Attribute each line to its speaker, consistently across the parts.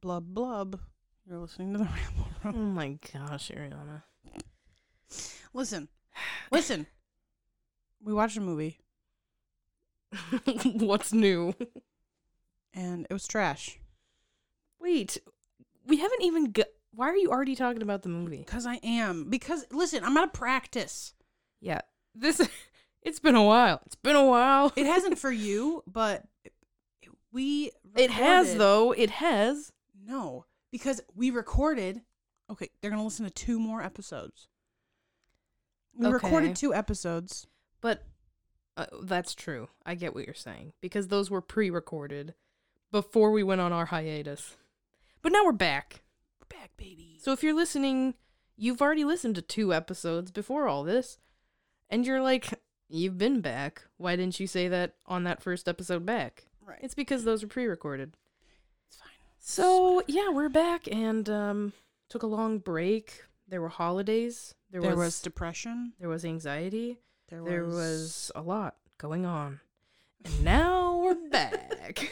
Speaker 1: Blub blub. You're listening to the Ramble
Speaker 2: Oh
Speaker 1: Room.
Speaker 2: my gosh, Ariana.
Speaker 1: Listen, listen. We watched a movie
Speaker 2: What's new?
Speaker 1: and it was trash
Speaker 2: Wait, we haven't even. Go- Why are you already talking about the movie?
Speaker 1: because I am because listen, I'm out of practice.
Speaker 2: Yeah, this. It's been a while. It's been a while.
Speaker 1: It hasn't for you, but we
Speaker 2: It has
Speaker 1: recorded-
Speaker 2: though. It has.
Speaker 1: No, because we recorded. Okay, they're gonna listen to two more episodes. We
Speaker 2: Okay.
Speaker 1: recorded two episodes.
Speaker 2: But uh, that's true. I get what you're saying because those were pre-recorded before we went on our hiatus. But now we're back.
Speaker 1: We're back, baby.
Speaker 2: So if you're listening, you've already listened to two episodes before all this, and you're like, you've been back. Why didn't you say that on that first episode back?
Speaker 1: Right.
Speaker 2: It's because those are pre-recorded.
Speaker 1: It's fine.
Speaker 2: So yeah, we're back and um, took a long break. There were holidays. There,
Speaker 1: There,
Speaker 2: was,
Speaker 1: was, depression.
Speaker 2: there was anxiety.
Speaker 1: There was,
Speaker 2: There was a lot going on, and now we're back.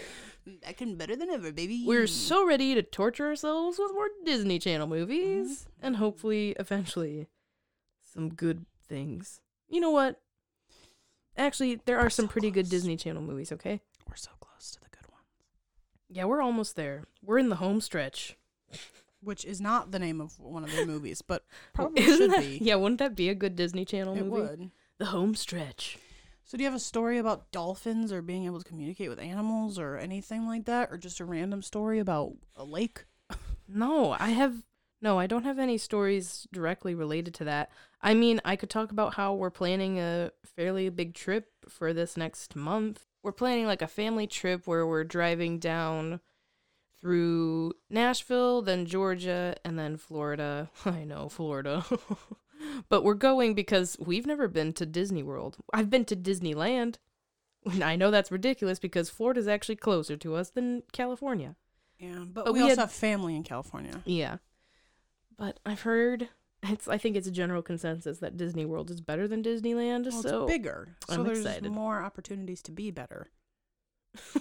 Speaker 1: back and better than ever, baby.
Speaker 2: we're so ready to torture ourselves with more Disney Channel movies,
Speaker 1: Mm-hmm.
Speaker 2: and hopefully, eventually, some good things. You know what? Actually, there are
Speaker 1: We're
Speaker 2: some
Speaker 1: so
Speaker 2: pretty good
Speaker 1: close.
Speaker 2: Disney Channel movies. Okay.
Speaker 1: we're so close to the good one,
Speaker 2: Yeah, we're almost there. We're in the home stretch.
Speaker 1: which is not the name of one of their movies, but
Speaker 2: Well,
Speaker 1: probably
Speaker 2: isn't
Speaker 1: should
Speaker 2: that-
Speaker 1: be.
Speaker 2: Yeah, wouldn't that be a good Disney Channel
Speaker 1: it
Speaker 2: movie?
Speaker 1: would.
Speaker 2: The home stretch.
Speaker 1: So, do you have a story about dolphins or being able to communicate with animals or anything like that, or just a random story about a lake?
Speaker 2: No, I have no, I don't have any stories directly related to that. I mean, I could talk about how we're planning a fairly big trip for this next month. We're planning like a family trip where we're driving down through Nashville, then Georgia, and then Florida. I know, Florida. but we're going because we've never been to Disney World. I've been to Disneyland. I know that's ridiculous because Florida's actually closer to us than California.
Speaker 1: Yeah, but,
Speaker 2: But
Speaker 1: we,
Speaker 2: we
Speaker 1: also
Speaker 2: had-
Speaker 1: have family in California.
Speaker 2: Yeah. But I've heard it's I think it's a general consensus that Disney World is better than Disneyland,
Speaker 1: Well,
Speaker 2: so
Speaker 1: it's bigger, so
Speaker 2: I'm
Speaker 1: there's
Speaker 2: excited.
Speaker 1: more opportunities to be better.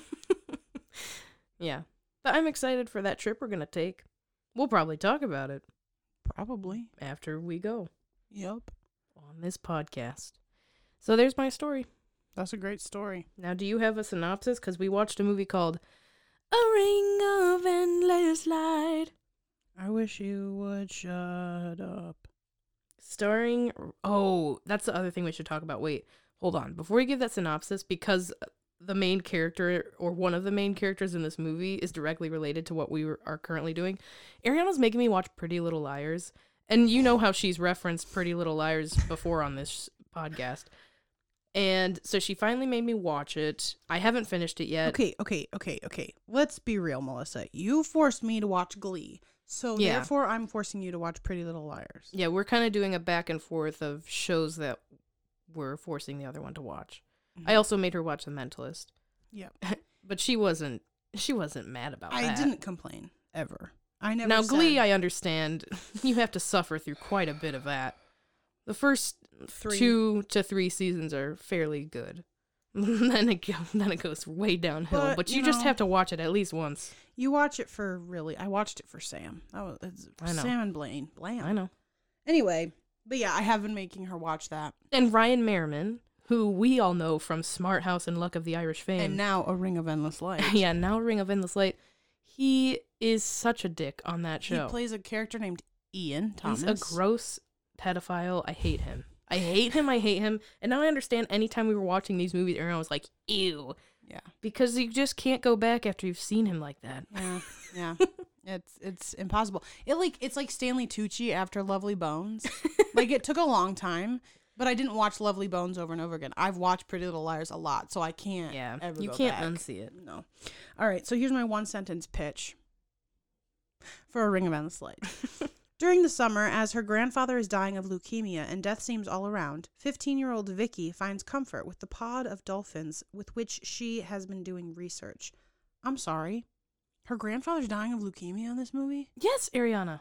Speaker 2: yeah. But I'm excited for that trip we're going to take. We'll probably talk about it
Speaker 1: Probably.
Speaker 2: after we go
Speaker 1: Yep.
Speaker 2: on this podcast. So there's my story.
Speaker 1: That's a great story.
Speaker 2: Now, do you have a synopsis cuz we watched a movie called A Ring of Endless Light
Speaker 1: I wish you would shut up.
Speaker 2: starring oh that's the other thing we should talk about wait hold on before we give that synopsis because the main character or one of the main characters in this movie is directly related to what we were- are currently doing ariana's making me watch pretty little liars and you know how she's referenced pretty little liars before on this podcast and so she finally made me watch it i haven't finished it yet
Speaker 1: Okay, okay, okay, okay. Let's be real, Melissa. You forced me to watch Glee. So
Speaker 2: Yeah.
Speaker 1: therefore I'm forcing you to watch Pretty Little Liars.
Speaker 2: yeah we're kind of doing a back and forth of shows that we're forcing the other one to watch i also made her watch the mentalist
Speaker 1: Mm-hmm. Yep.
Speaker 2: But she wasn't. She wasn't mad about
Speaker 1: I
Speaker 2: that.
Speaker 1: didn't complain ever. I never
Speaker 2: now, Glee,
Speaker 1: said
Speaker 2: I understand. you have to suffer through quite a bit of that. The first
Speaker 1: three
Speaker 2: two to three seasons are fairly good. then it go- then it goes way downhill. But,
Speaker 1: But,
Speaker 2: you,
Speaker 1: you
Speaker 2: just
Speaker 1: know-
Speaker 2: have to watch it at least once.
Speaker 1: You watch it for really I watched it for Sam. That was it's
Speaker 2: I know.
Speaker 1: Sam and Blaine. Blam.
Speaker 2: I know.
Speaker 1: Anyway, but yeah, I have been making her watch that.
Speaker 2: And Ryan Merriman, who we all know from Smart House and Luck of the Irish Fame,
Speaker 1: And now a ring of endless light.
Speaker 2: yeah, now Ring of Endless Light, he is such a dick on that show.
Speaker 1: He plays a character named Ian Thomas.
Speaker 2: He's a gross pedophile. I hate him. I hate him. I hate him. And now I understand anytime we were watching these movies, everyone was like, ew.
Speaker 1: yeah,
Speaker 2: Because you just can't go back after you've seen him like that.
Speaker 1: yeah, yeah. it's it's impossible. It like it's like Stanley Tucci after Lovely Bones. like it took a long time, but I didn't watch Lovely Bones over and over again. I've watched Pretty Little Liars a lot, so I can't.
Speaker 2: Yeah.
Speaker 1: ever
Speaker 2: you
Speaker 1: go
Speaker 2: can't
Speaker 1: back.
Speaker 2: unsee it.
Speaker 1: No. All right. So here's my one sentence pitch for a Ring of Endless Light. During the summer, as her grandfather is dying of leukemia and death seems all around, 15 year old Vicky finds comfort with the pod of dolphins with which she has been doing research. I'm sorry. Her grandfather's dying of leukemia in this movie?
Speaker 2: Yes, Ariana.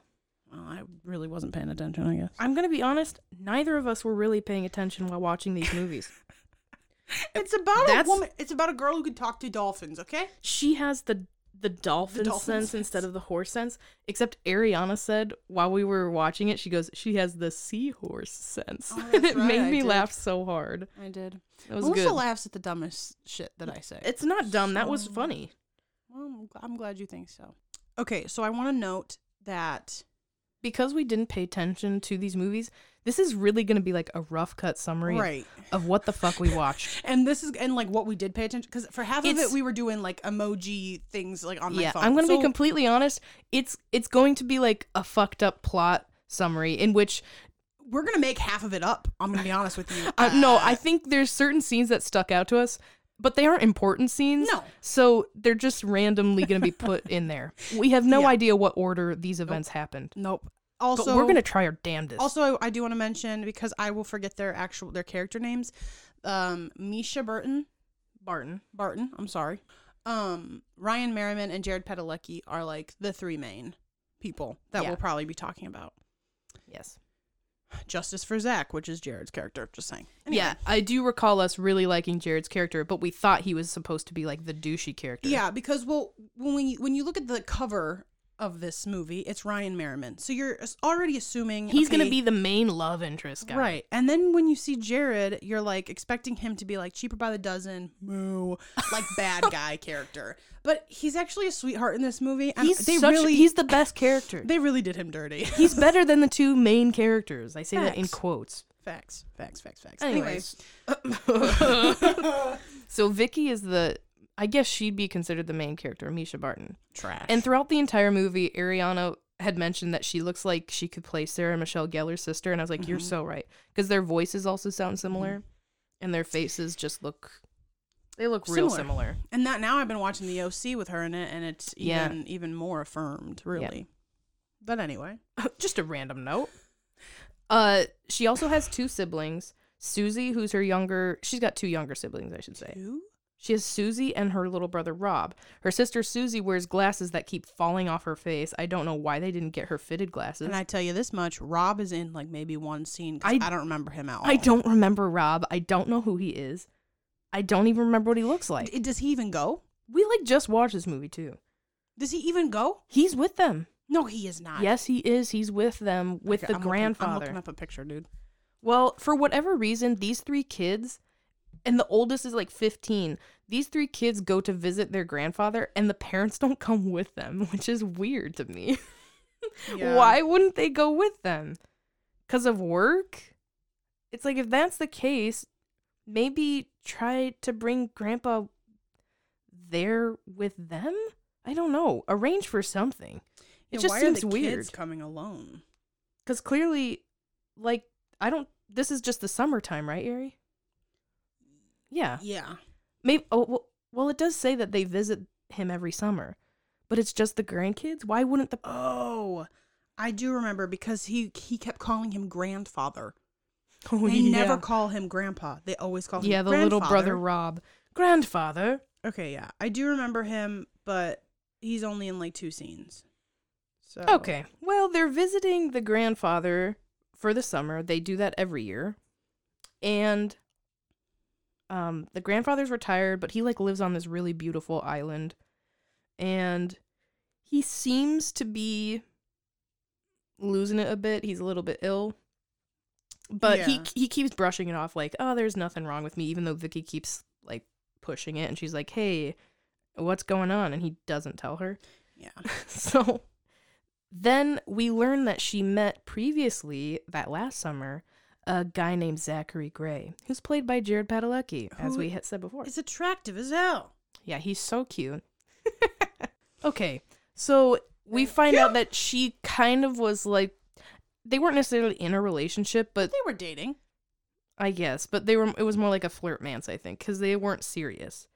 Speaker 1: Oh, I really wasn't paying attention, I guess.
Speaker 2: I'm going to be honest. Neither of us were really paying attention while watching these movies.
Speaker 1: It's about
Speaker 2: That's-
Speaker 1: a woman. It's about a girl who can talk to dolphins, okay?
Speaker 2: she has the the dolphin,
Speaker 1: dolphin
Speaker 2: sense,
Speaker 1: sense.
Speaker 2: instead of the horse sense. Except Ariana said while we were watching it, she goes, "She has the seahorse sense."
Speaker 1: Oh,
Speaker 2: and
Speaker 1: that's
Speaker 2: it made
Speaker 1: right, I
Speaker 2: me
Speaker 1: did.
Speaker 2: laugh so hard.
Speaker 1: I did.
Speaker 2: It was
Speaker 1: Melissa
Speaker 2: good.
Speaker 1: laughs at the dumbest shit that I say.
Speaker 2: it's not dumb. That was
Speaker 1: So-
Speaker 2: funny.
Speaker 1: Well, I'm gl- I'm glad you think so. Okay, so I want to note that
Speaker 2: Because we didn't pay attention to these movies, this is really going to be like a rough cut summary
Speaker 1: right,
Speaker 2: of what the fuck we watched.
Speaker 1: and this is and like what we did pay attention because for half of
Speaker 2: It's-
Speaker 1: it we were doing like emoji things like on my
Speaker 2: yeah,
Speaker 1: phone.
Speaker 2: I'm going to
Speaker 1: So-
Speaker 2: be completely honest. It's it's going to be like a fucked up plot summary in which
Speaker 1: we're gonna make half of it up. I'm gonna be honest with you.
Speaker 2: uh, no, I think there's certain scenes that stuck out to us, but they aren't important scenes.
Speaker 1: No.
Speaker 2: So they're just randomly going to be put in there. We have no
Speaker 1: Yeah.
Speaker 2: idea what order these events happened.
Speaker 1: nope.
Speaker 2: But
Speaker 1: Also,
Speaker 2: we're going to try our damnedest.
Speaker 1: Also, I, I do want to mention because I will forget their actual their character names. Um, Misha Burton,
Speaker 2: Barton.
Speaker 1: Barton. I'm sorry. Um, Ryan Merriman and Jared Padalecki are like the three main people that
Speaker 2: Yeah.
Speaker 1: we'll probably be talking about.
Speaker 2: Yes.
Speaker 1: Justice for Zach, which is Jared's character. Just saying.
Speaker 2: Yeah, I do recall us really liking Jared's character, but we thought he was supposed to be like the douchey character.
Speaker 1: Yeah, because well, when you, when you look at the cover of this movie, it's Ryan Merriman. So you're as- already assuming
Speaker 2: He's going
Speaker 1: okay,
Speaker 2: to be the main love interest guy.
Speaker 1: Right. And then when you see Jared, you're like expecting him to be like cheaper by the dozen, moo, like bad guy character. But he's actually a sweetheart in this movie. And
Speaker 2: He's
Speaker 1: they
Speaker 2: such
Speaker 1: really
Speaker 2: he's the best character.
Speaker 1: they really did him dirty.
Speaker 2: he's better than the two main characters. I say that in
Speaker 1: Facts.
Speaker 2: quotes.
Speaker 1: facts, facts, facts, facts.
Speaker 2: Anyways.
Speaker 1: Anyway,
Speaker 2: So Vicky is the I guess she'd be considered the main character, Misha Barton.
Speaker 1: trash.
Speaker 2: And throughout the entire movie, Ariana had mentioned that she looks like she could play Sarah Michelle Gellar's sister, and I was like, "You're so right," because their voices also sound similar, and their faces just look they look real
Speaker 1: Similar.
Speaker 2: similar.
Speaker 1: and that now I've been watching the OC with her in it and it's
Speaker 2: Yeah.
Speaker 1: even even more affirmed, really. But anyway.
Speaker 2: just a random note. Uh, she also has two siblings. Susie, who's her younger, she's got two younger siblings, I should say.
Speaker 1: You?
Speaker 2: She has Susie and her little brother Rob. Her sister Susie wears glasses that keep falling off her face. I don't know why they didn't get her fitted glasses.
Speaker 1: And I tell you this much, Rob is in like maybe one scene 'cause
Speaker 2: I-
Speaker 1: I, don't remember him at all.
Speaker 2: I don't remember Rob. I don't know who he is. I don't even remember what he looks like.
Speaker 1: D- Does he even go?
Speaker 2: We like just watched this movie too.
Speaker 1: Does he even go?
Speaker 2: He's with them.
Speaker 1: No, he is not.
Speaker 2: Yes, he is. He's with them with
Speaker 1: Okay,
Speaker 2: the
Speaker 1: I'm looking-
Speaker 2: grandfather.
Speaker 1: I'm looking up a picture, dude.
Speaker 2: Well, for whatever reason, these three kids, and the oldest is like 15, these three kids go to visit their grandfather, and the parents don't come with them, which is weird to me. Why wouldn't they go with them? Because of work? It's like, if that's the case, maybe try to bring grandpa there with them? I don't know. Arrange for something. It
Speaker 1: Yeah,
Speaker 2: just
Speaker 1: why
Speaker 2: seems
Speaker 1: are the
Speaker 2: weird.
Speaker 1: Kids coming alone.
Speaker 2: Because clearly, like, I don't. This is just the summertime, right, Erie? Yeah.
Speaker 1: Yeah.
Speaker 2: Maybe. Oh, well, well, it does say that they visit him every summer, but it's just the grandkids. Why wouldn't the?
Speaker 1: Oh, I do remember because he he kept calling him grandfather.
Speaker 2: Oh,
Speaker 1: they never call him grandpa. They always call him.
Speaker 2: yeah, the little brother
Speaker 1: grandfather.
Speaker 2: Rob, grandfather.
Speaker 1: Okay, yeah, I do remember him, but he's only in like two scenes. So
Speaker 2: Okay. Well, they're visiting the grandfather for the summer. They do that every year. And um the grandfather's retired, but he like lives on this really beautiful island. And he seems to be losing it a bit. He's a little bit ill. But he
Speaker 1: Yeah.
Speaker 2: he keeps brushing it off like, "Oh, there's nothing wrong with me," even though Vicky keeps like pushing it and she's like, "Hey, what's going on?" and he doesn't tell her.
Speaker 1: Yeah.
Speaker 2: So then we learn that she met previously that last summer a guy named Zachary Gray, who's played by Jared Padalecki, as
Speaker 1: Who
Speaker 2: we had said before.
Speaker 1: It's attractive as hell.
Speaker 2: Yeah, he's so cute. okay, so we find out that she kind of was like they weren't necessarily in a relationship, but
Speaker 1: They were dating.
Speaker 2: I guess, but they were. It was more like a flirtmance, I think, because they weren't serious,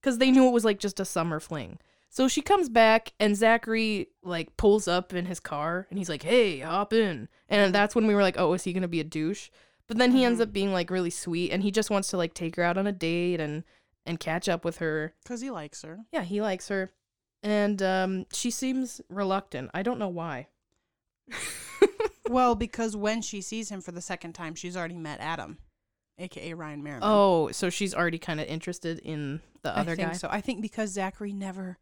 Speaker 2: because they knew it was like just a summer fling. So she comes back, and Zachary like pulls up in his car, and he's like, "Hey, hop in," and that's when we were like, "Oh, is he gonna be a douche?" But then he ends up being like really sweet, and he just wants to like take her out on a date and and catch up with her.
Speaker 1: Cause he likes her.
Speaker 2: Yeah, he likes her, and um, she seems reluctant. I don't know why.
Speaker 1: well, because when she sees him for the second time, she's already met Adam, aka Ryan
Speaker 2: Mm-hmm.
Speaker 1: Merriman.
Speaker 2: Oh, so she's already kind of interested in the Oh, other
Speaker 1: I think
Speaker 2: guy.
Speaker 1: So I think because Zachary never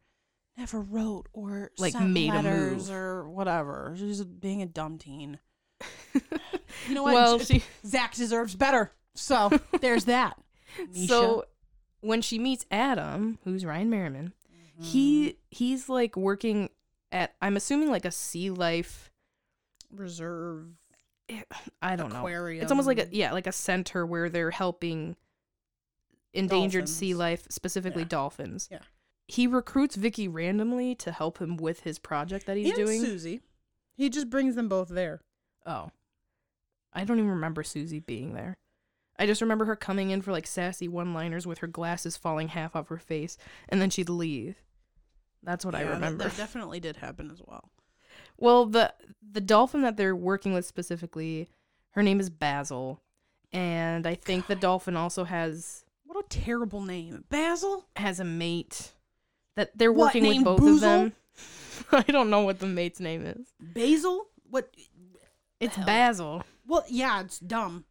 Speaker 1: never wrote or
Speaker 2: Like,
Speaker 1: sent
Speaker 2: made a
Speaker 1: letters
Speaker 2: move.
Speaker 1: or whatever. She's being a dumb teen. You know what?
Speaker 2: well,
Speaker 1: Z-
Speaker 2: she
Speaker 1: Zach deserves better. So there's that.
Speaker 2: so when she meets Adam, who's Ryan Merriman,
Speaker 1: Mm-hmm.
Speaker 2: he he's like working at I'm assuming like a sea life.
Speaker 1: reserve
Speaker 2: I don't know.
Speaker 1: aquarium.
Speaker 2: It's almost like a yeah, like a center where they're helping endangered sea
Speaker 1: Dolphins.
Speaker 2: life, specifically
Speaker 1: Yeah.
Speaker 2: dolphins.
Speaker 1: Yeah.
Speaker 2: He recruits Vicky randomly to help him with his project that he's
Speaker 1: and
Speaker 2: doing.
Speaker 1: Susie. He just brings them both there.
Speaker 2: oh. I don't even remember Susie being there. I just remember her coming in for like sassy one-liners with her glasses falling half off her face and then she'd leave. That's what
Speaker 1: Yeah,
Speaker 2: I
Speaker 1: that-
Speaker 2: remember.
Speaker 1: That, definitely did happen as well.
Speaker 2: Well, the the dolphin that they're working with specifically, her name is Basil, and I think the dolphin also has
Speaker 1: What a terrible name, Basil.
Speaker 2: has a mate that they're
Speaker 1: What,
Speaker 2: working with
Speaker 1: named
Speaker 2: both
Speaker 1: Boozle?
Speaker 2: of them. I don't know what the mate's name is.
Speaker 1: Basil. What?
Speaker 2: It's
Speaker 1: hell?
Speaker 2: Basil.
Speaker 1: Well, yeah, it's dumb.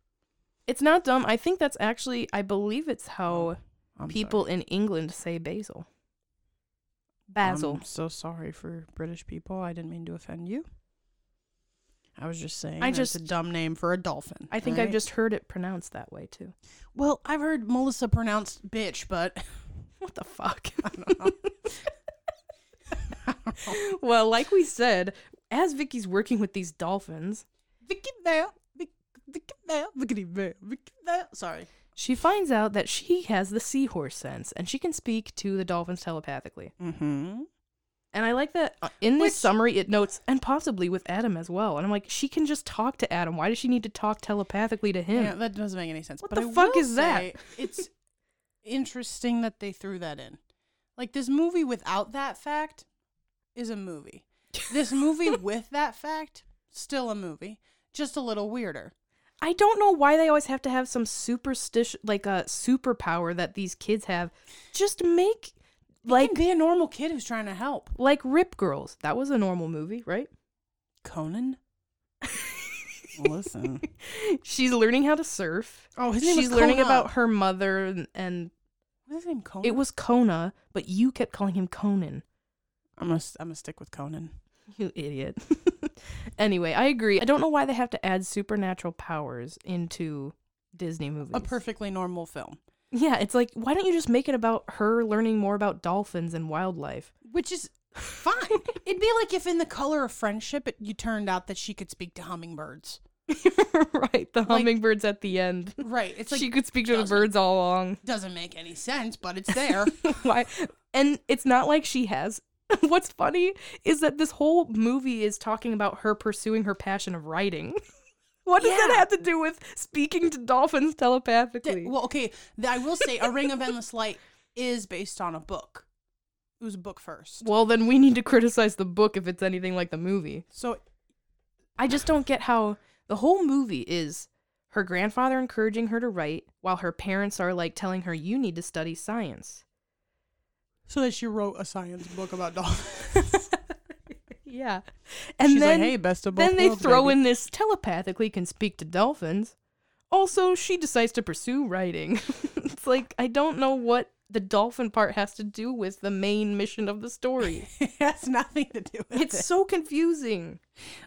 Speaker 2: It's not dumb. I think that's actually I believe it's how
Speaker 1: I'm
Speaker 2: people in England say basil. Um,
Speaker 1: sorry.
Speaker 2: Basil.
Speaker 1: I'm so sorry for British people. I didn't mean to offend you. I was just saying.
Speaker 2: I
Speaker 1: that it's a
Speaker 2: just-
Speaker 1: dumb name for a dolphin.
Speaker 2: I think I've
Speaker 1: right?
Speaker 2: just heard it pronounced that way too.
Speaker 1: Well, I've heard Melissa pronounced bitch, but
Speaker 2: What the fuck?
Speaker 1: I don't know. I don't know.
Speaker 2: well, like we said, as Vicky's working with these dolphins,
Speaker 1: Vicky Bell, Vic- Vicky Bell, Vicky Bell, Vicky Bell. Sorry.
Speaker 2: She finds out that she has the seahorse sense and she can speak to the dolphins telepathically.
Speaker 1: Mm-hmm.
Speaker 2: And I like that uh, in
Speaker 1: Which-
Speaker 2: this summary it notes, and possibly with Adam as well. And I'm like, she can just talk to Adam. Why does she need to talk telepathically to him?
Speaker 1: Yeah, that doesn't make any sense.
Speaker 2: What
Speaker 1: but
Speaker 2: the
Speaker 1: I
Speaker 2: fuck
Speaker 1: will
Speaker 2: is that?
Speaker 1: say It's interesting that they threw that in. Like this movie without that fact is a movie. This movie with that fact still a movie, just a little weirder.
Speaker 2: I don't know why they always have to have some superstition, like a superpower that these kids have. Just make like
Speaker 1: Like be a normal kid who's trying to help.
Speaker 2: like Rip Girls. That was a normal movie, right?
Speaker 1: Conan. Listen.
Speaker 2: She's learning how to surf.
Speaker 1: Oh, his name
Speaker 2: She's
Speaker 1: was
Speaker 2: learning
Speaker 1: Conan.
Speaker 2: about her mother and, and
Speaker 1: What is his name? Conan.
Speaker 2: It was Kona, but you kept calling him Conan.
Speaker 1: I'm gonna. I'm gonna stick with Conan.
Speaker 2: You idiot. anyway, I agree. I don't know why they have to add supernatural powers into Disney movies.
Speaker 1: A perfectly normal film.
Speaker 2: Yeah, it's like why don't you just make it about her learning more about dolphins and wildlife?
Speaker 1: which is fine. It'd be like if in the color of friendship, it, you turned out that she could speak to hummingbirds.
Speaker 2: right, the hummingbirds at the end.
Speaker 1: Right. It's like
Speaker 2: she could speak to the
Speaker 1: doesn't-
Speaker 2: birds all along.
Speaker 1: doesn't make any sense, but it's there.
Speaker 2: why? And it's not like she has. What's funny is that this whole movie is talking about her pursuing her passion of writing. what does that
Speaker 1: Yeah.
Speaker 2: have to do with speaking to dolphins telepathically?
Speaker 1: well, okay. th- I will say, A Ring of Endless Light is based on a book. It was a book first.
Speaker 2: Well, then we need to criticize the book if it's anything like the movie.
Speaker 1: So
Speaker 2: I just don't get how the whole movie is her grandfather encouraging her to write while her parents are like telling her you need to study science.
Speaker 1: so that she wrote a science book about dolphins.
Speaker 2: Yeah. And
Speaker 1: She's
Speaker 2: then
Speaker 1: like, hey, best of both
Speaker 2: then they
Speaker 1: worlds,
Speaker 2: throw
Speaker 1: baby."
Speaker 2: in this telepathically can speak to dolphins. Also, she decides to pursue writing. it's like I don't know what the dolphin part has to do with the main mission of the story.
Speaker 1: it has nothing to do with
Speaker 2: it's
Speaker 1: it.
Speaker 2: so confusing.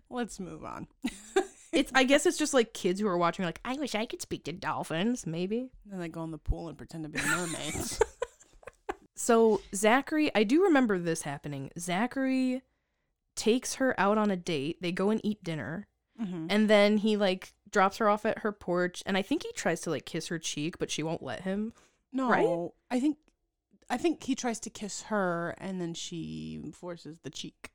Speaker 1: Let's move on.
Speaker 2: It's I guess it's just like kids who are watching are like I wish I could speak to dolphins maybe.
Speaker 1: Then they go in the pool and pretend to be mermaids.
Speaker 2: So Zachary, I do remember this happening. Zachary takes her out on a date. They go and eat dinner.
Speaker 1: Mhm.
Speaker 2: And then he like drops her off at her porch and I think he tries to like kiss her cheek but she won't let him.
Speaker 1: No,
Speaker 2: Right?
Speaker 1: I think I think he tries to kiss her, and then she forces the cheek.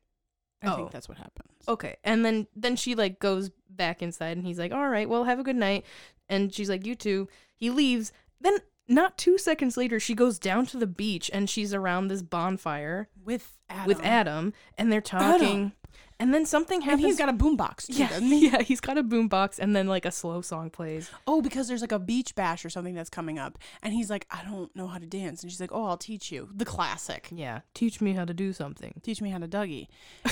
Speaker 1: I
Speaker 2: Oh.
Speaker 1: think that's what happens.
Speaker 2: Okay. And then then she like goes back inside and he's like, "All right, well, have a good night." And she's like, "You too." He leaves. Then not 2 seconds later, she goes down to the beach and she's around this bonfire.
Speaker 1: With Adam.
Speaker 2: with Adam, and they're
Speaker 1: Adam.
Speaker 2: talking, and then something
Speaker 1: and
Speaker 2: happens.
Speaker 1: he's got a boombox. too,
Speaker 2: yeah,
Speaker 1: doesn't he?
Speaker 2: yeah, he's got a boombox, and then like a slow song plays.
Speaker 1: Oh, because there's like a beach bash or something that's coming up, and he's like, I don't know how to dance, and she's like, Oh, I'll teach you. The classic.
Speaker 2: Yeah, teach me how to do something.
Speaker 1: Teach me how to Dougie.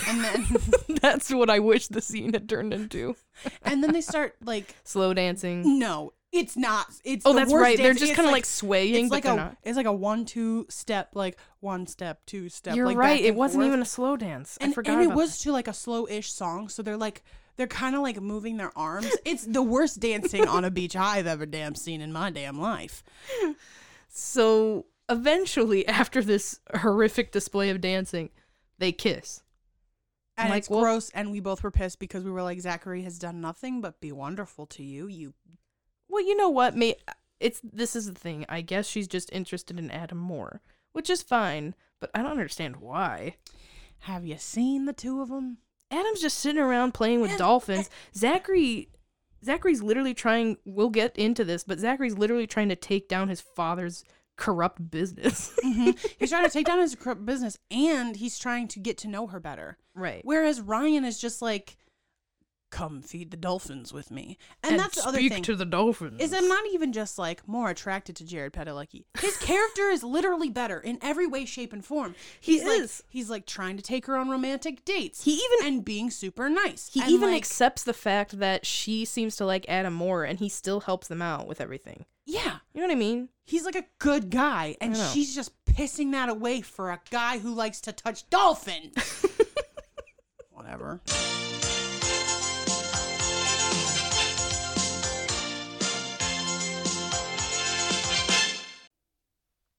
Speaker 1: And then
Speaker 2: That's what I wish the scene had turned into.
Speaker 1: and then they start like
Speaker 3: Mm,
Speaker 2: Slow dancing.
Speaker 1: no. It's not. It's
Speaker 3: Oh,
Speaker 1: the
Speaker 3: that's
Speaker 1: worst
Speaker 3: right. They're
Speaker 1: dance.
Speaker 3: just
Speaker 1: It's
Speaker 3: kind of like, swaying,
Speaker 1: it's like
Speaker 3: but
Speaker 1: a
Speaker 3: they're not.
Speaker 1: it's like a one two step, like one step, two step.
Speaker 3: You're
Speaker 1: like
Speaker 3: right.
Speaker 1: back
Speaker 3: It
Speaker 1: and
Speaker 3: wasn't
Speaker 1: forth.
Speaker 3: even a slow dance.
Speaker 1: and,
Speaker 3: I forgot.
Speaker 1: and it
Speaker 3: about
Speaker 1: was to like a slow ish song, so they're like they're kind of like moving their arms. It's the worst dancing on a beach I've ever damn seen in my damn life.
Speaker 3: that. So eventually, after this horrific display of dancing, they kiss.
Speaker 1: And
Speaker 3: Like,
Speaker 1: it's
Speaker 3: well-
Speaker 1: gross, and we both were pissed because we were like, Zachary has done nothing but be wonderful to you. You
Speaker 3: Well, you know what? May it's this is the thing. I guess she's just interested in Adam more, which is fine. But I don't understand why.
Speaker 1: have you seen the two of them?
Speaker 3: Adam's just sitting around playing with
Speaker 1: And-
Speaker 3: dolphins. Zachary Zachary's literally trying we'll get into this, but Zachary's literally trying to take down his father's corrupt business.
Speaker 1: Mm-hmm. He's trying to take down his corrupt business, and he's trying to get to know her better.
Speaker 3: right.
Speaker 1: Whereas Ryan is just like, come feed the dolphins with me, and, that's the other
Speaker 3: speak
Speaker 1: thing.
Speaker 3: to the dolphins.
Speaker 1: is I'm not even just like more attracted to Jared Padalecki. His character is literally better in every way, shape, and form.
Speaker 3: He
Speaker 1: He's like
Speaker 3: is.
Speaker 1: he's like trying to take her on romantic dates.
Speaker 3: He even-
Speaker 1: and being super nice.
Speaker 3: he
Speaker 1: and,
Speaker 3: even
Speaker 1: like,
Speaker 3: accepts the fact that she seems to like Adam more and he still helps them out with everything.
Speaker 1: yeah,
Speaker 3: You know what I mean?
Speaker 1: he's like a good guy, and
Speaker 3: I know.
Speaker 1: she's just pissing that away for a guy who likes to touch dolphins. Whatever.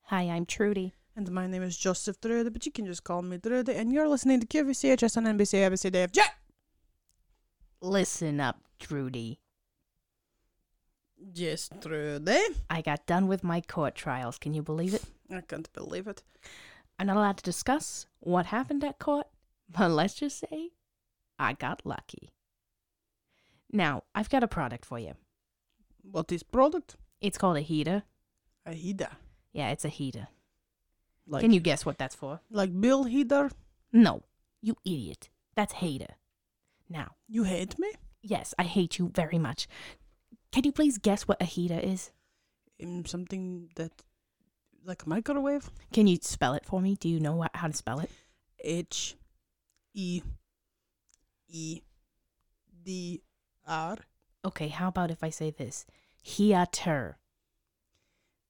Speaker 3: Hi, I'm Trudy.
Speaker 1: And my name is Joseph Drude, but you can just call me Drude, and you're listening to QVCHS on NBC ABC DFJ.
Speaker 2: Listen up, Trudy.
Speaker 1: Yes, Drude.
Speaker 2: I got done with my court trials. Can you believe it?
Speaker 1: I can't believe it.
Speaker 2: I'm not allowed to discuss what happened at court, but let's just say I got lucky. Now, I've got a product for you.
Speaker 1: What is product?
Speaker 2: It's called a heater.
Speaker 1: A heater.
Speaker 2: Yeah, it's a heater.
Speaker 1: Like,
Speaker 2: Can you guess what that's for?
Speaker 1: like Bill Heater?
Speaker 2: No, you idiot. That's hater. Now,
Speaker 1: You hate me?
Speaker 2: yes, I hate you very much. Can you please guess what a heater is?
Speaker 1: in something that like a microwave
Speaker 2: Can you spell it for me? Do you know what, how to spell it?
Speaker 1: h e e d r
Speaker 2: Okay, how about if I say this? Heater.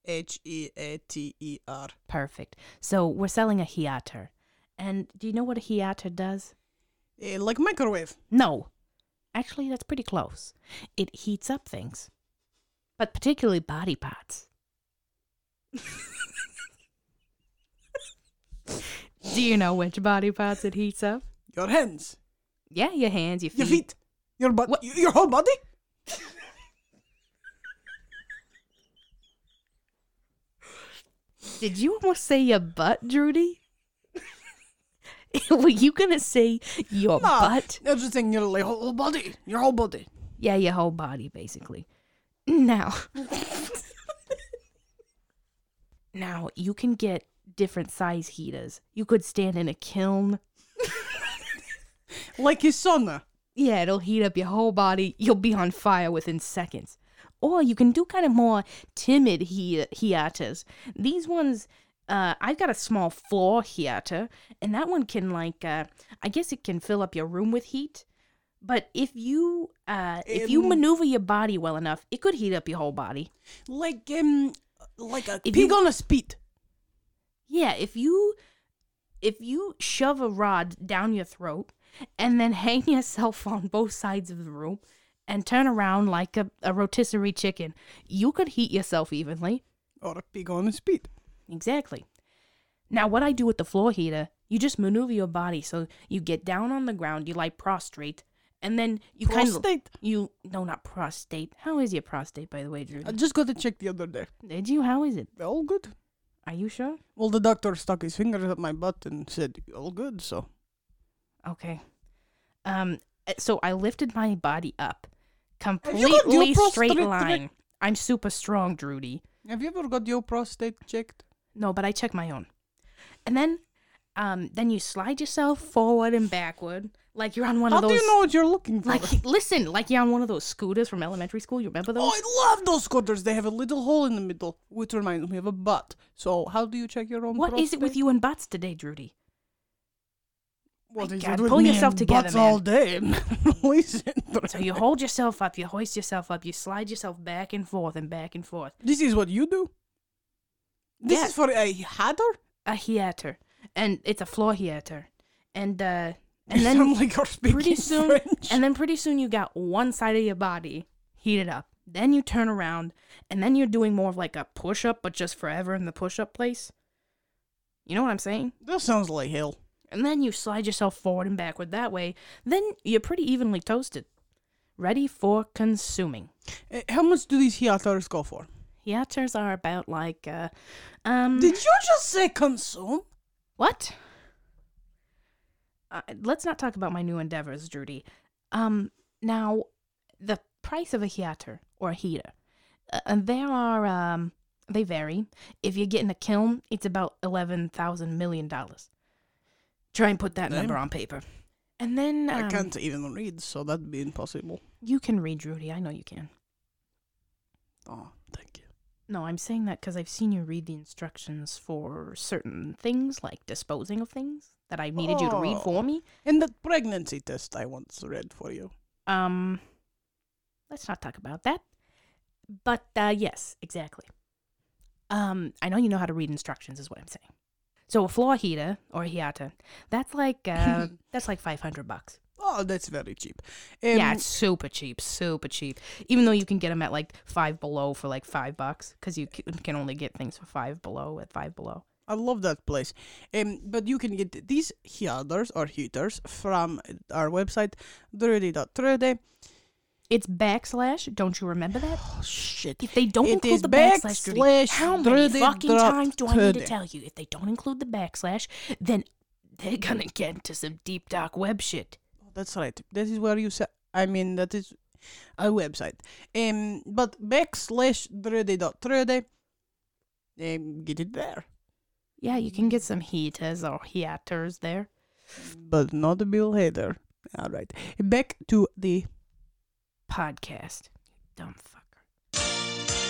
Speaker 1: h e a t e r
Speaker 2: Perfect. So we're selling a hiater. And do you know what a hiater does?
Speaker 1: Eh, like microwave
Speaker 2: No. Actually, that's pretty close. It heats up things, but particularly body parts.
Speaker 3: Do you know which body parts it heats up?
Speaker 1: your hands
Speaker 2: Yeah, your hands, your feet.
Speaker 1: your feet your butt
Speaker 2: What-
Speaker 1: your whole body
Speaker 3: Did you almost say your butt, Drudy?
Speaker 2: Were you going to say your
Speaker 1: No,
Speaker 2: butt?
Speaker 1: I'm just saying your li- whole body your whole body
Speaker 2: Yeah, your whole body, basically. Now, now you can get different size heaters. You could stand in a kiln.
Speaker 1: like his sauna
Speaker 2: Yeah, it'll heat up your whole body. You'll be on fire within seconds. Or you can do kind of more timid hi- hiatas. These ones, uh, I've got a small floor hiata, and that one can like, uh, I guess it can fill up your room with heat. But if you uh, if you
Speaker 1: Um,
Speaker 2: maneuver your body well enough, it could heat up your whole body.
Speaker 1: like um like a
Speaker 2: If
Speaker 1: pig
Speaker 2: you-
Speaker 1: on a spit
Speaker 2: Yeah, if you if you shove a rod down your throat and then hang yourself on both sides of the room and turn around like a, a rotisserie chicken, you could heat yourself evenly.
Speaker 1: or a pig on a spit
Speaker 2: Exactly. Now what I do with the floor heater, you just maneuver your body so you get down on the ground, you lie prostrate, and then you kind of
Speaker 1: prostate
Speaker 2: you no not prostate. How is your prostate by the way, Drew?
Speaker 1: I just got it checked the other day
Speaker 2: Did you? How is it?
Speaker 1: all good
Speaker 2: Are you sure?
Speaker 1: well the doctor stuck his fingers up my butt and said all good so
Speaker 2: Okay. Um. uh, So I lifted my body up,
Speaker 1: you got your
Speaker 2: completely straight
Speaker 1: prostate
Speaker 2: line. I'm super strong, Drudy.
Speaker 1: Have you ever got your prostate checked?
Speaker 2: No, but I check my own. And then, um, then you slide yourself forward and backward like you're on one
Speaker 1: How
Speaker 2: of those.
Speaker 1: do you know what you're looking for?
Speaker 2: Like listen, like you're on one of those scooters from elementary school. You remember
Speaker 1: oh,
Speaker 2: those?
Speaker 1: I love those scooters. They have a little hole in the middle, which reminds me of a Oh, butt. So, how do you check your own
Speaker 2: What is it with you and butts today, Drudy?
Speaker 1: Well, they
Speaker 4: God,
Speaker 1: did with
Speaker 4: pull
Speaker 1: me
Speaker 4: yourself
Speaker 1: and
Speaker 4: together,
Speaker 1: butts
Speaker 4: man.
Speaker 1: all day. Police it.
Speaker 4: So you hold yourself up, you hoist yourself up, you slide yourself back and forth and back and forth.
Speaker 1: This is what you do. This
Speaker 4: Yes.
Speaker 1: is for a hatter.
Speaker 4: A hiater. And it's a floor hiater. And uh and
Speaker 1: You
Speaker 4: then
Speaker 1: sound like you're speaking
Speaker 4: pretty soon
Speaker 1: French.
Speaker 4: and then pretty soon you got one side of your body heated up. Then you turn around and then you're doing more of like a push up but just forever in the push up place. You know what I'm saying?
Speaker 1: that sounds like hell.
Speaker 4: And then you slide yourself forward and backward that way. Then you're pretty evenly toasted. Ready for consuming.
Speaker 1: Eh, How much do these hiaters go for?
Speaker 4: Hiaters are about like uh um
Speaker 1: Did you just say consume?
Speaker 4: What? Uh, let's not talk about my new endeavors, Judy. Um, now, the price of a heater or a heater, uh, uh, there are um, they vary. If you're getting a kiln, it's about eleven thousand million dollars. Try and put that
Speaker 1: Damn.
Speaker 4: number on paper, and then um,
Speaker 1: I can't even read, so that'd be impossible.
Speaker 4: you can read, Judy. I know you can.
Speaker 1: Oh, thank you.
Speaker 4: No, I'm saying that because I've seen you read the instructions for certain things, like disposing of things that I needed you to read
Speaker 1: Oh.
Speaker 4: for me.
Speaker 1: And that pregnancy test I once read for you.
Speaker 4: Um, let's not talk about that. But uh, yes, exactly. Um, I know you know how to read instructions, is what I'm saying. So a floor heater or a hiata, that's like uh, that's like five hundred bucks.
Speaker 1: Oh, that's very cheap.
Speaker 4: yeah,
Speaker 1: Um,
Speaker 4: it's super cheap, super cheap. Even though you can get them at like five below for like five bucks, because you c- can only get things for five below at five below.
Speaker 1: I love that place. Um, but you can get these heaters or heaters from our website, drudy.trudy.
Speaker 4: It's backslash. Don't you remember that?
Speaker 1: Oh, shit.
Speaker 4: If they don't
Speaker 1: It
Speaker 4: include
Speaker 1: is
Speaker 4: the backslash, Judy,
Speaker 1: backslash
Speaker 4: how many
Speaker 1: Judy
Speaker 4: fucking
Speaker 1: dot
Speaker 4: times do I need to
Speaker 1: Judy.
Speaker 4: tell you? If they don't include the backslash, then they're gonna get into some deep dark web shit.
Speaker 1: Oh, That's right. This is where you say, I mean, that is a website. Um, but backslash drudy.trudy, um, get it there.
Speaker 4: Yeah, you can get some heaters or heaters there.
Speaker 1: But not Bill Hader. All right. Back to the
Speaker 4: Podcast, dumb fucker.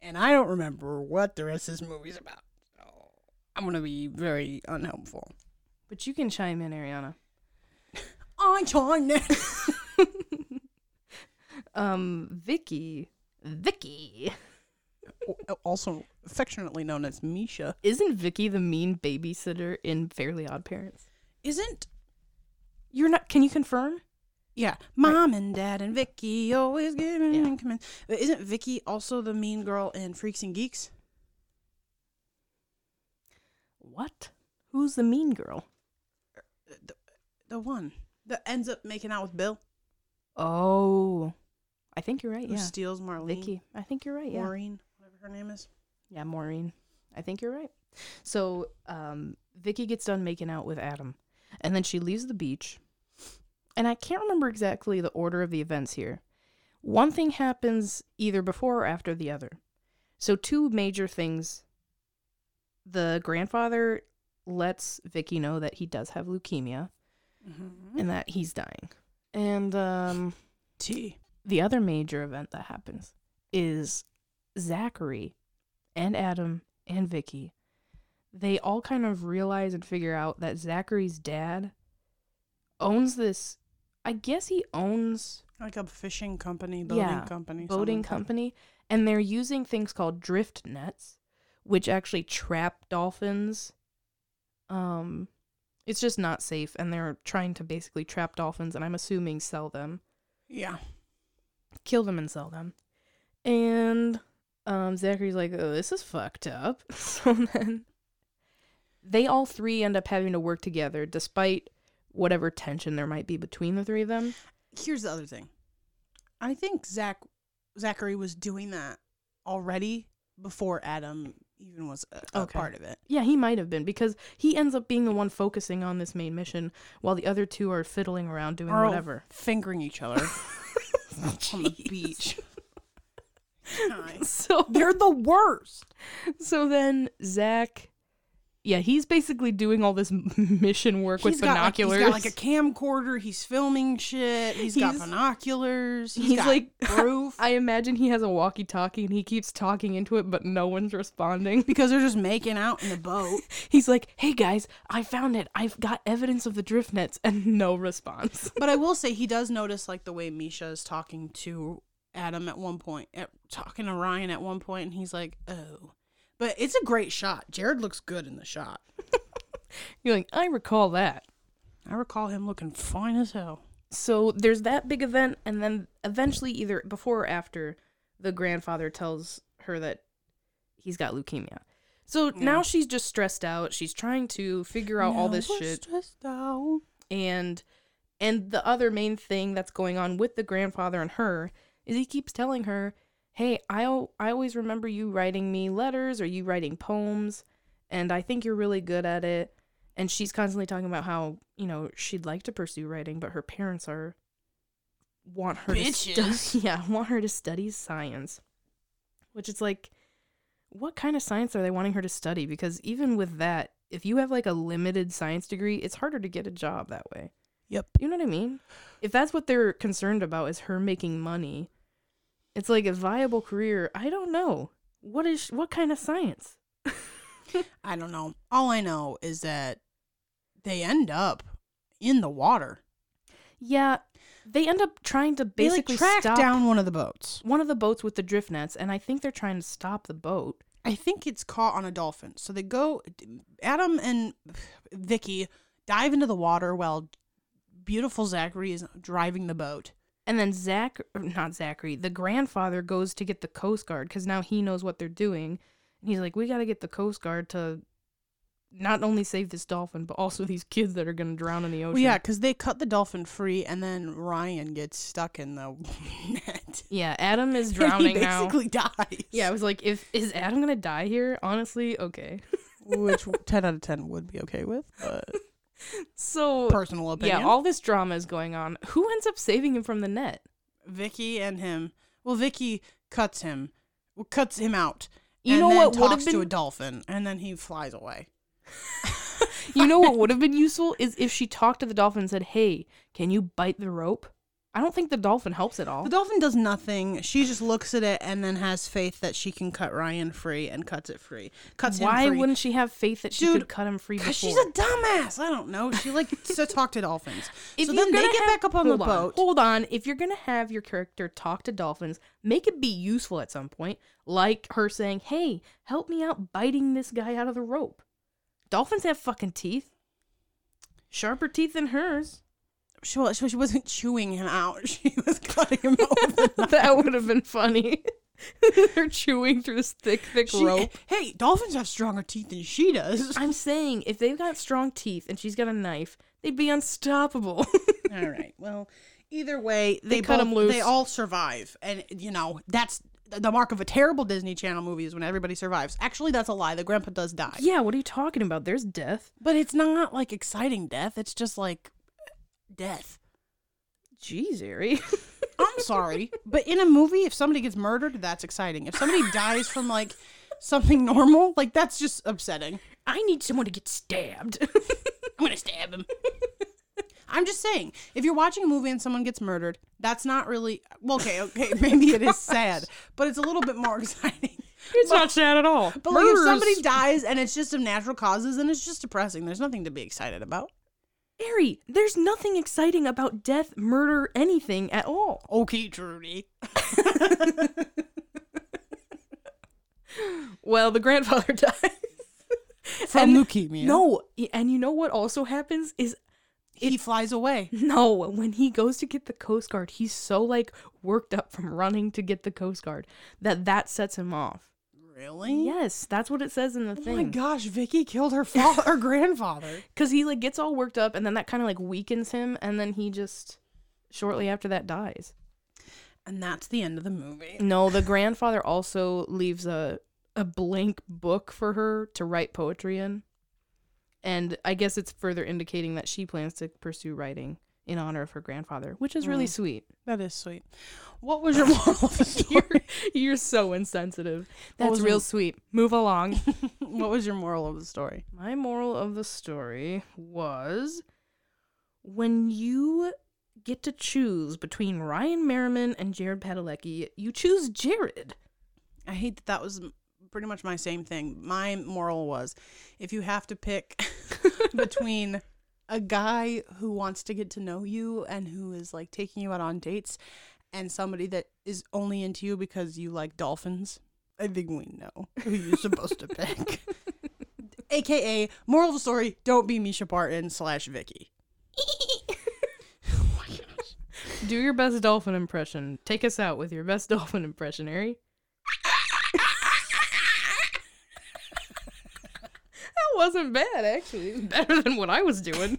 Speaker 1: and I don't remember what the rest of this movie's about. So I'm gonna be very unhelpful.
Speaker 2: But you can chime in, Ariana.
Speaker 1: I'm trying to.
Speaker 2: Um, Vicky.
Speaker 4: Vicky,
Speaker 1: Oh, also affectionately known as Misha,
Speaker 2: Isn't Vicky the mean babysitter in Fairly Odd Parents?
Speaker 1: isn't.
Speaker 2: You're not. Can you confirm?
Speaker 1: Yeah, mom and dad and Vicky always giving and coming. But Isn't Vicky also the mean girl in Freaks and Geeks?
Speaker 2: What? Who's the mean girl?
Speaker 1: Uh, The one that ends up making out with Bill,
Speaker 2: Oh, I think you're right.
Speaker 1: who
Speaker 2: Yeah,
Speaker 1: steals Marlene,
Speaker 2: Vicky. I think you're right. Yeah,
Speaker 1: Maureen, whatever her name is.
Speaker 2: yeah, Maureen. I think you're right. So, um, Vicky gets done making out with Adam, and then she leaves the beach. And I can't remember exactly the order of the events here. One thing happens either before or after the other. So, two major things. The grandfather lets Vicky know that he does have leukemia and that he's dying. And um,
Speaker 1: T.
Speaker 2: the other major event that happens is Zachary and Adam and Vicky. They all kind of realize and figure out that Zachary's dad owns this. I guess he owns
Speaker 1: Like a fishing company, boating
Speaker 2: Yeah,
Speaker 1: company,
Speaker 2: boating
Speaker 1: something.
Speaker 2: company, and they're using things called drift nets, which actually trap dolphins. Um, it's just not safe, and they're trying to basically trap dolphins, and I'm assuming sell them.
Speaker 1: Yeah.
Speaker 2: kill them and sell them. And um, Zachary's like, oh, this is fucked up. so then they all three end up having to work together despite whatever tension there might be between the three of them.
Speaker 1: here's the other thing. I think Zach Zachary was doing that already before Adam even was a, a
Speaker 2: Okay.
Speaker 1: part of it.
Speaker 2: Yeah, he might have been because he ends up being the one focusing on this main mission while the other two are fiddling around doing
Speaker 1: Or
Speaker 2: whatever.
Speaker 1: fingering each other on the beach. God.
Speaker 2: So
Speaker 1: They're the worst.
Speaker 2: so then Zach
Speaker 4: Yeah, he's basically doing all this mission work with
Speaker 1: He's got, like-
Speaker 4: binoculars.
Speaker 1: he's got like a camcorder. He's filming shit. he's got
Speaker 4: He's-
Speaker 1: binoculars.
Speaker 4: he's
Speaker 1: got
Speaker 4: like-
Speaker 1: proof.
Speaker 4: I imagine he has a walkie-talkie and he keeps talking into it, but no one's responding.
Speaker 1: because they're just making out in the boat.
Speaker 4: He's like, "Hey guys, I found it. I've got evidence of the drift nets," and no response.
Speaker 1: but I will say he does notice like the way Misha is talking to Adam at one point, at, talking to Ryan at one point, and he's like, "Oh." But it's a great shot. Jared looks good in the shot.
Speaker 4: You're like, "I recall that."
Speaker 1: I recall him looking fine as hell.
Speaker 2: So there's that big event, and then eventually, either before or after, the grandfather tells her that he's got leukemia. So now she's just stressed out. She's trying to figure out all
Speaker 1: Now
Speaker 2: this
Speaker 1: we're
Speaker 2: shit,
Speaker 1: stressed out.
Speaker 2: and and the other main thing that's going on with the grandfather and her is he keeps telling her, "Hey, I al- I always remember you writing me letters or you writing poems, and I think you're really good at it." And she's constantly talking about how you know she'd like to pursue writing, but her parents are want her to
Speaker 1: Bitches.
Speaker 2: stu- yeah want her to study science, which is like, what kind of science are they wanting her to study? Because even with that, if you have like a limited science degree, it's harder to get a job that way.
Speaker 1: Yep.
Speaker 2: You know what I mean? If that's what they're concerned about is her making money, it's like a viable career. I don't know. What is what kind of science?
Speaker 1: I don't know. All I know is that they end up in the water.
Speaker 2: Yeah, they end up trying to
Speaker 1: They, like,
Speaker 2: basically
Speaker 1: track
Speaker 2: stop
Speaker 1: down one of the boats.
Speaker 2: one of the boats with the drift nets, and I think they're trying to stop the boat.
Speaker 1: I think it's caught on a dolphin. So they go. Adam and Vicky dive into the water while beautiful Zachary is driving the boat.
Speaker 2: And then Zach, or not Zachary, the grandfather goes to get the Coast Guard because now he knows what they're doing, and he's like, "We got to get the Coast Guard to." Not only save this dolphin, but also these kids that are going to drown in the ocean.
Speaker 1: Well, yeah, because they cut the dolphin free, and then Ryan gets stuck in the net.
Speaker 2: Yeah, Adam is drowning
Speaker 1: he
Speaker 2: now.
Speaker 1: basically dies.
Speaker 2: Yeah, I was like, if is Adam gonna die here? Honestly, okay.
Speaker 1: which ten out of ten would be okay with, but
Speaker 2: So
Speaker 1: personal opinion.
Speaker 2: yeah, all this drama is going on. Who ends up saving him from the net?
Speaker 1: Vicky and him. Well, Vicky cuts him, well, cuts him out.
Speaker 2: You
Speaker 1: and
Speaker 2: know
Speaker 1: then
Speaker 2: what would've
Speaker 1: Talks to
Speaker 2: been-
Speaker 1: a dolphin, and then he flies away.
Speaker 2: You know what would have been useful is if she talked to the dolphin and said, "Hey, can you bite the rope?" I don't think the dolphin helps at all.
Speaker 1: The dolphin does nothing. She just looks at it and then has faith that she can cut Ryan free and cuts it free. Cuts
Speaker 2: Why
Speaker 1: him free.
Speaker 2: wouldn't she have faith that she
Speaker 1: Dude,
Speaker 2: could cut him free before?
Speaker 1: Because she's a dumbass. I don't know. She like to talk to dolphins.
Speaker 2: If
Speaker 1: so
Speaker 2: you're
Speaker 1: then they
Speaker 2: gonna
Speaker 1: get
Speaker 2: have-
Speaker 1: back up on the
Speaker 2: hold
Speaker 1: boat.
Speaker 2: Hold on. If you're gonna have your character talk to dolphins, make it be useful at some point, like her saying, "Hey, help me out biting this guy out of the rope." Dolphins have fucking teeth, sharper teeth than hers.
Speaker 1: She, wa- she, she wasn't chewing him out. She was cutting him out. With a knife.
Speaker 2: that would have been funny. They're chewing through this thick, thick
Speaker 1: She-
Speaker 2: rope.
Speaker 1: hey, dolphins have stronger teeth than she does.
Speaker 2: I'm saying, if they've got strong teeth and she's got a knife, they'd be unstoppable.
Speaker 1: all right. Well, either way, they,
Speaker 2: cut
Speaker 1: both-
Speaker 2: 'em loose.
Speaker 1: They all survive, and you know that's the mark of a terrible Disney Channel movie is when everybody survives. Actually, that's a lie. The grandpa does die.
Speaker 2: yeah, what are you talking about? There's death.
Speaker 1: But it's not like exciting death. It's just like death.
Speaker 2: Jeez, Ari.
Speaker 1: I'm sorry, but in a movie, if somebody gets murdered, that's exciting. If somebody dies from like something normal, like that's just upsetting.
Speaker 2: I need someone to get stabbed.
Speaker 1: I'm gonna stab him. I'm just saying, if you're watching a movie and someone gets murdered, that's not really well, okay. Okay, maybe it is sad, but it's a little bit more exciting.
Speaker 2: It's not sad at all.
Speaker 1: But like, if somebody dies and it's just of natural causes, and it's just depressing. There's nothing to be excited about.
Speaker 2: Ari, there's nothing exciting about death, murder, anything at all.
Speaker 1: Okay, Trudy.
Speaker 2: Well, the grandfather dies.
Speaker 1: From
Speaker 2: And-
Speaker 1: leukemia.
Speaker 2: No, y- and you know what also happens is
Speaker 1: he flies away.
Speaker 2: no, when he goes to get the Coast Guard, he's so like worked up from running to get the Coast Guard that that sets him off.
Speaker 1: Really?
Speaker 2: Yes, that's what it says in the
Speaker 1: Oh my
Speaker 2: thing.
Speaker 1: gosh, Vicky killed her father, her grandfather.
Speaker 2: Cuz he like gets all worked up and then that kind of like weakens him and then he just shortly after that dies.
Speaker 1: And that's the end of the movie.
Speaker 2: No, the grandfather also leaves a a blank book for her to write poetry in. And I guess it's further indicating that she plans to pursue writing in honor of her grandfather, which is really
Speaker 1: Mm.
Speaker 2: sweet.
Speaker 1: That is sweet. What was your moral of the story?
Speaker 2: You're so insensitive.
Speaker 1: What
Speaker 2: That's
Speaker 1: was
Speaker 2: real
Speaker 1: it?
Speaker 2: sweet. Move along.
Speaker 1: what was your moral of the story?
Speaker 2: My moral of the story was when you get to choose between Ryan Merriman and Jared Padalecki, you choose Jared.
Speaker 1: I hate that that was m- pretty much my same thing. My moral was if you have to pick between a guy who wants to get to know you and who is like taking you out on dates and somebody that is only into you because you like dolphins, I think we know who you're supposed to pick. AKA, moral of the story, don't be Misha Barton slash Vicky. Oh
Speaker 2: Do your best dolphin impression. Take us out with your best dolphin impression, Ari. that wasn't bad, actually. It's better than what I was doing.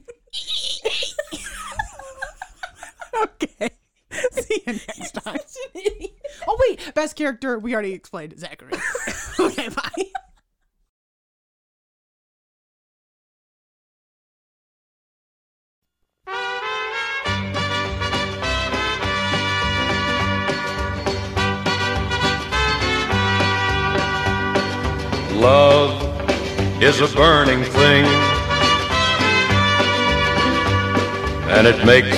Speaker 1: okay. See you next time. oh wait, best character we already explained Zachary. okay, bye.
Speaker 5: Love is a burning thing, and it makes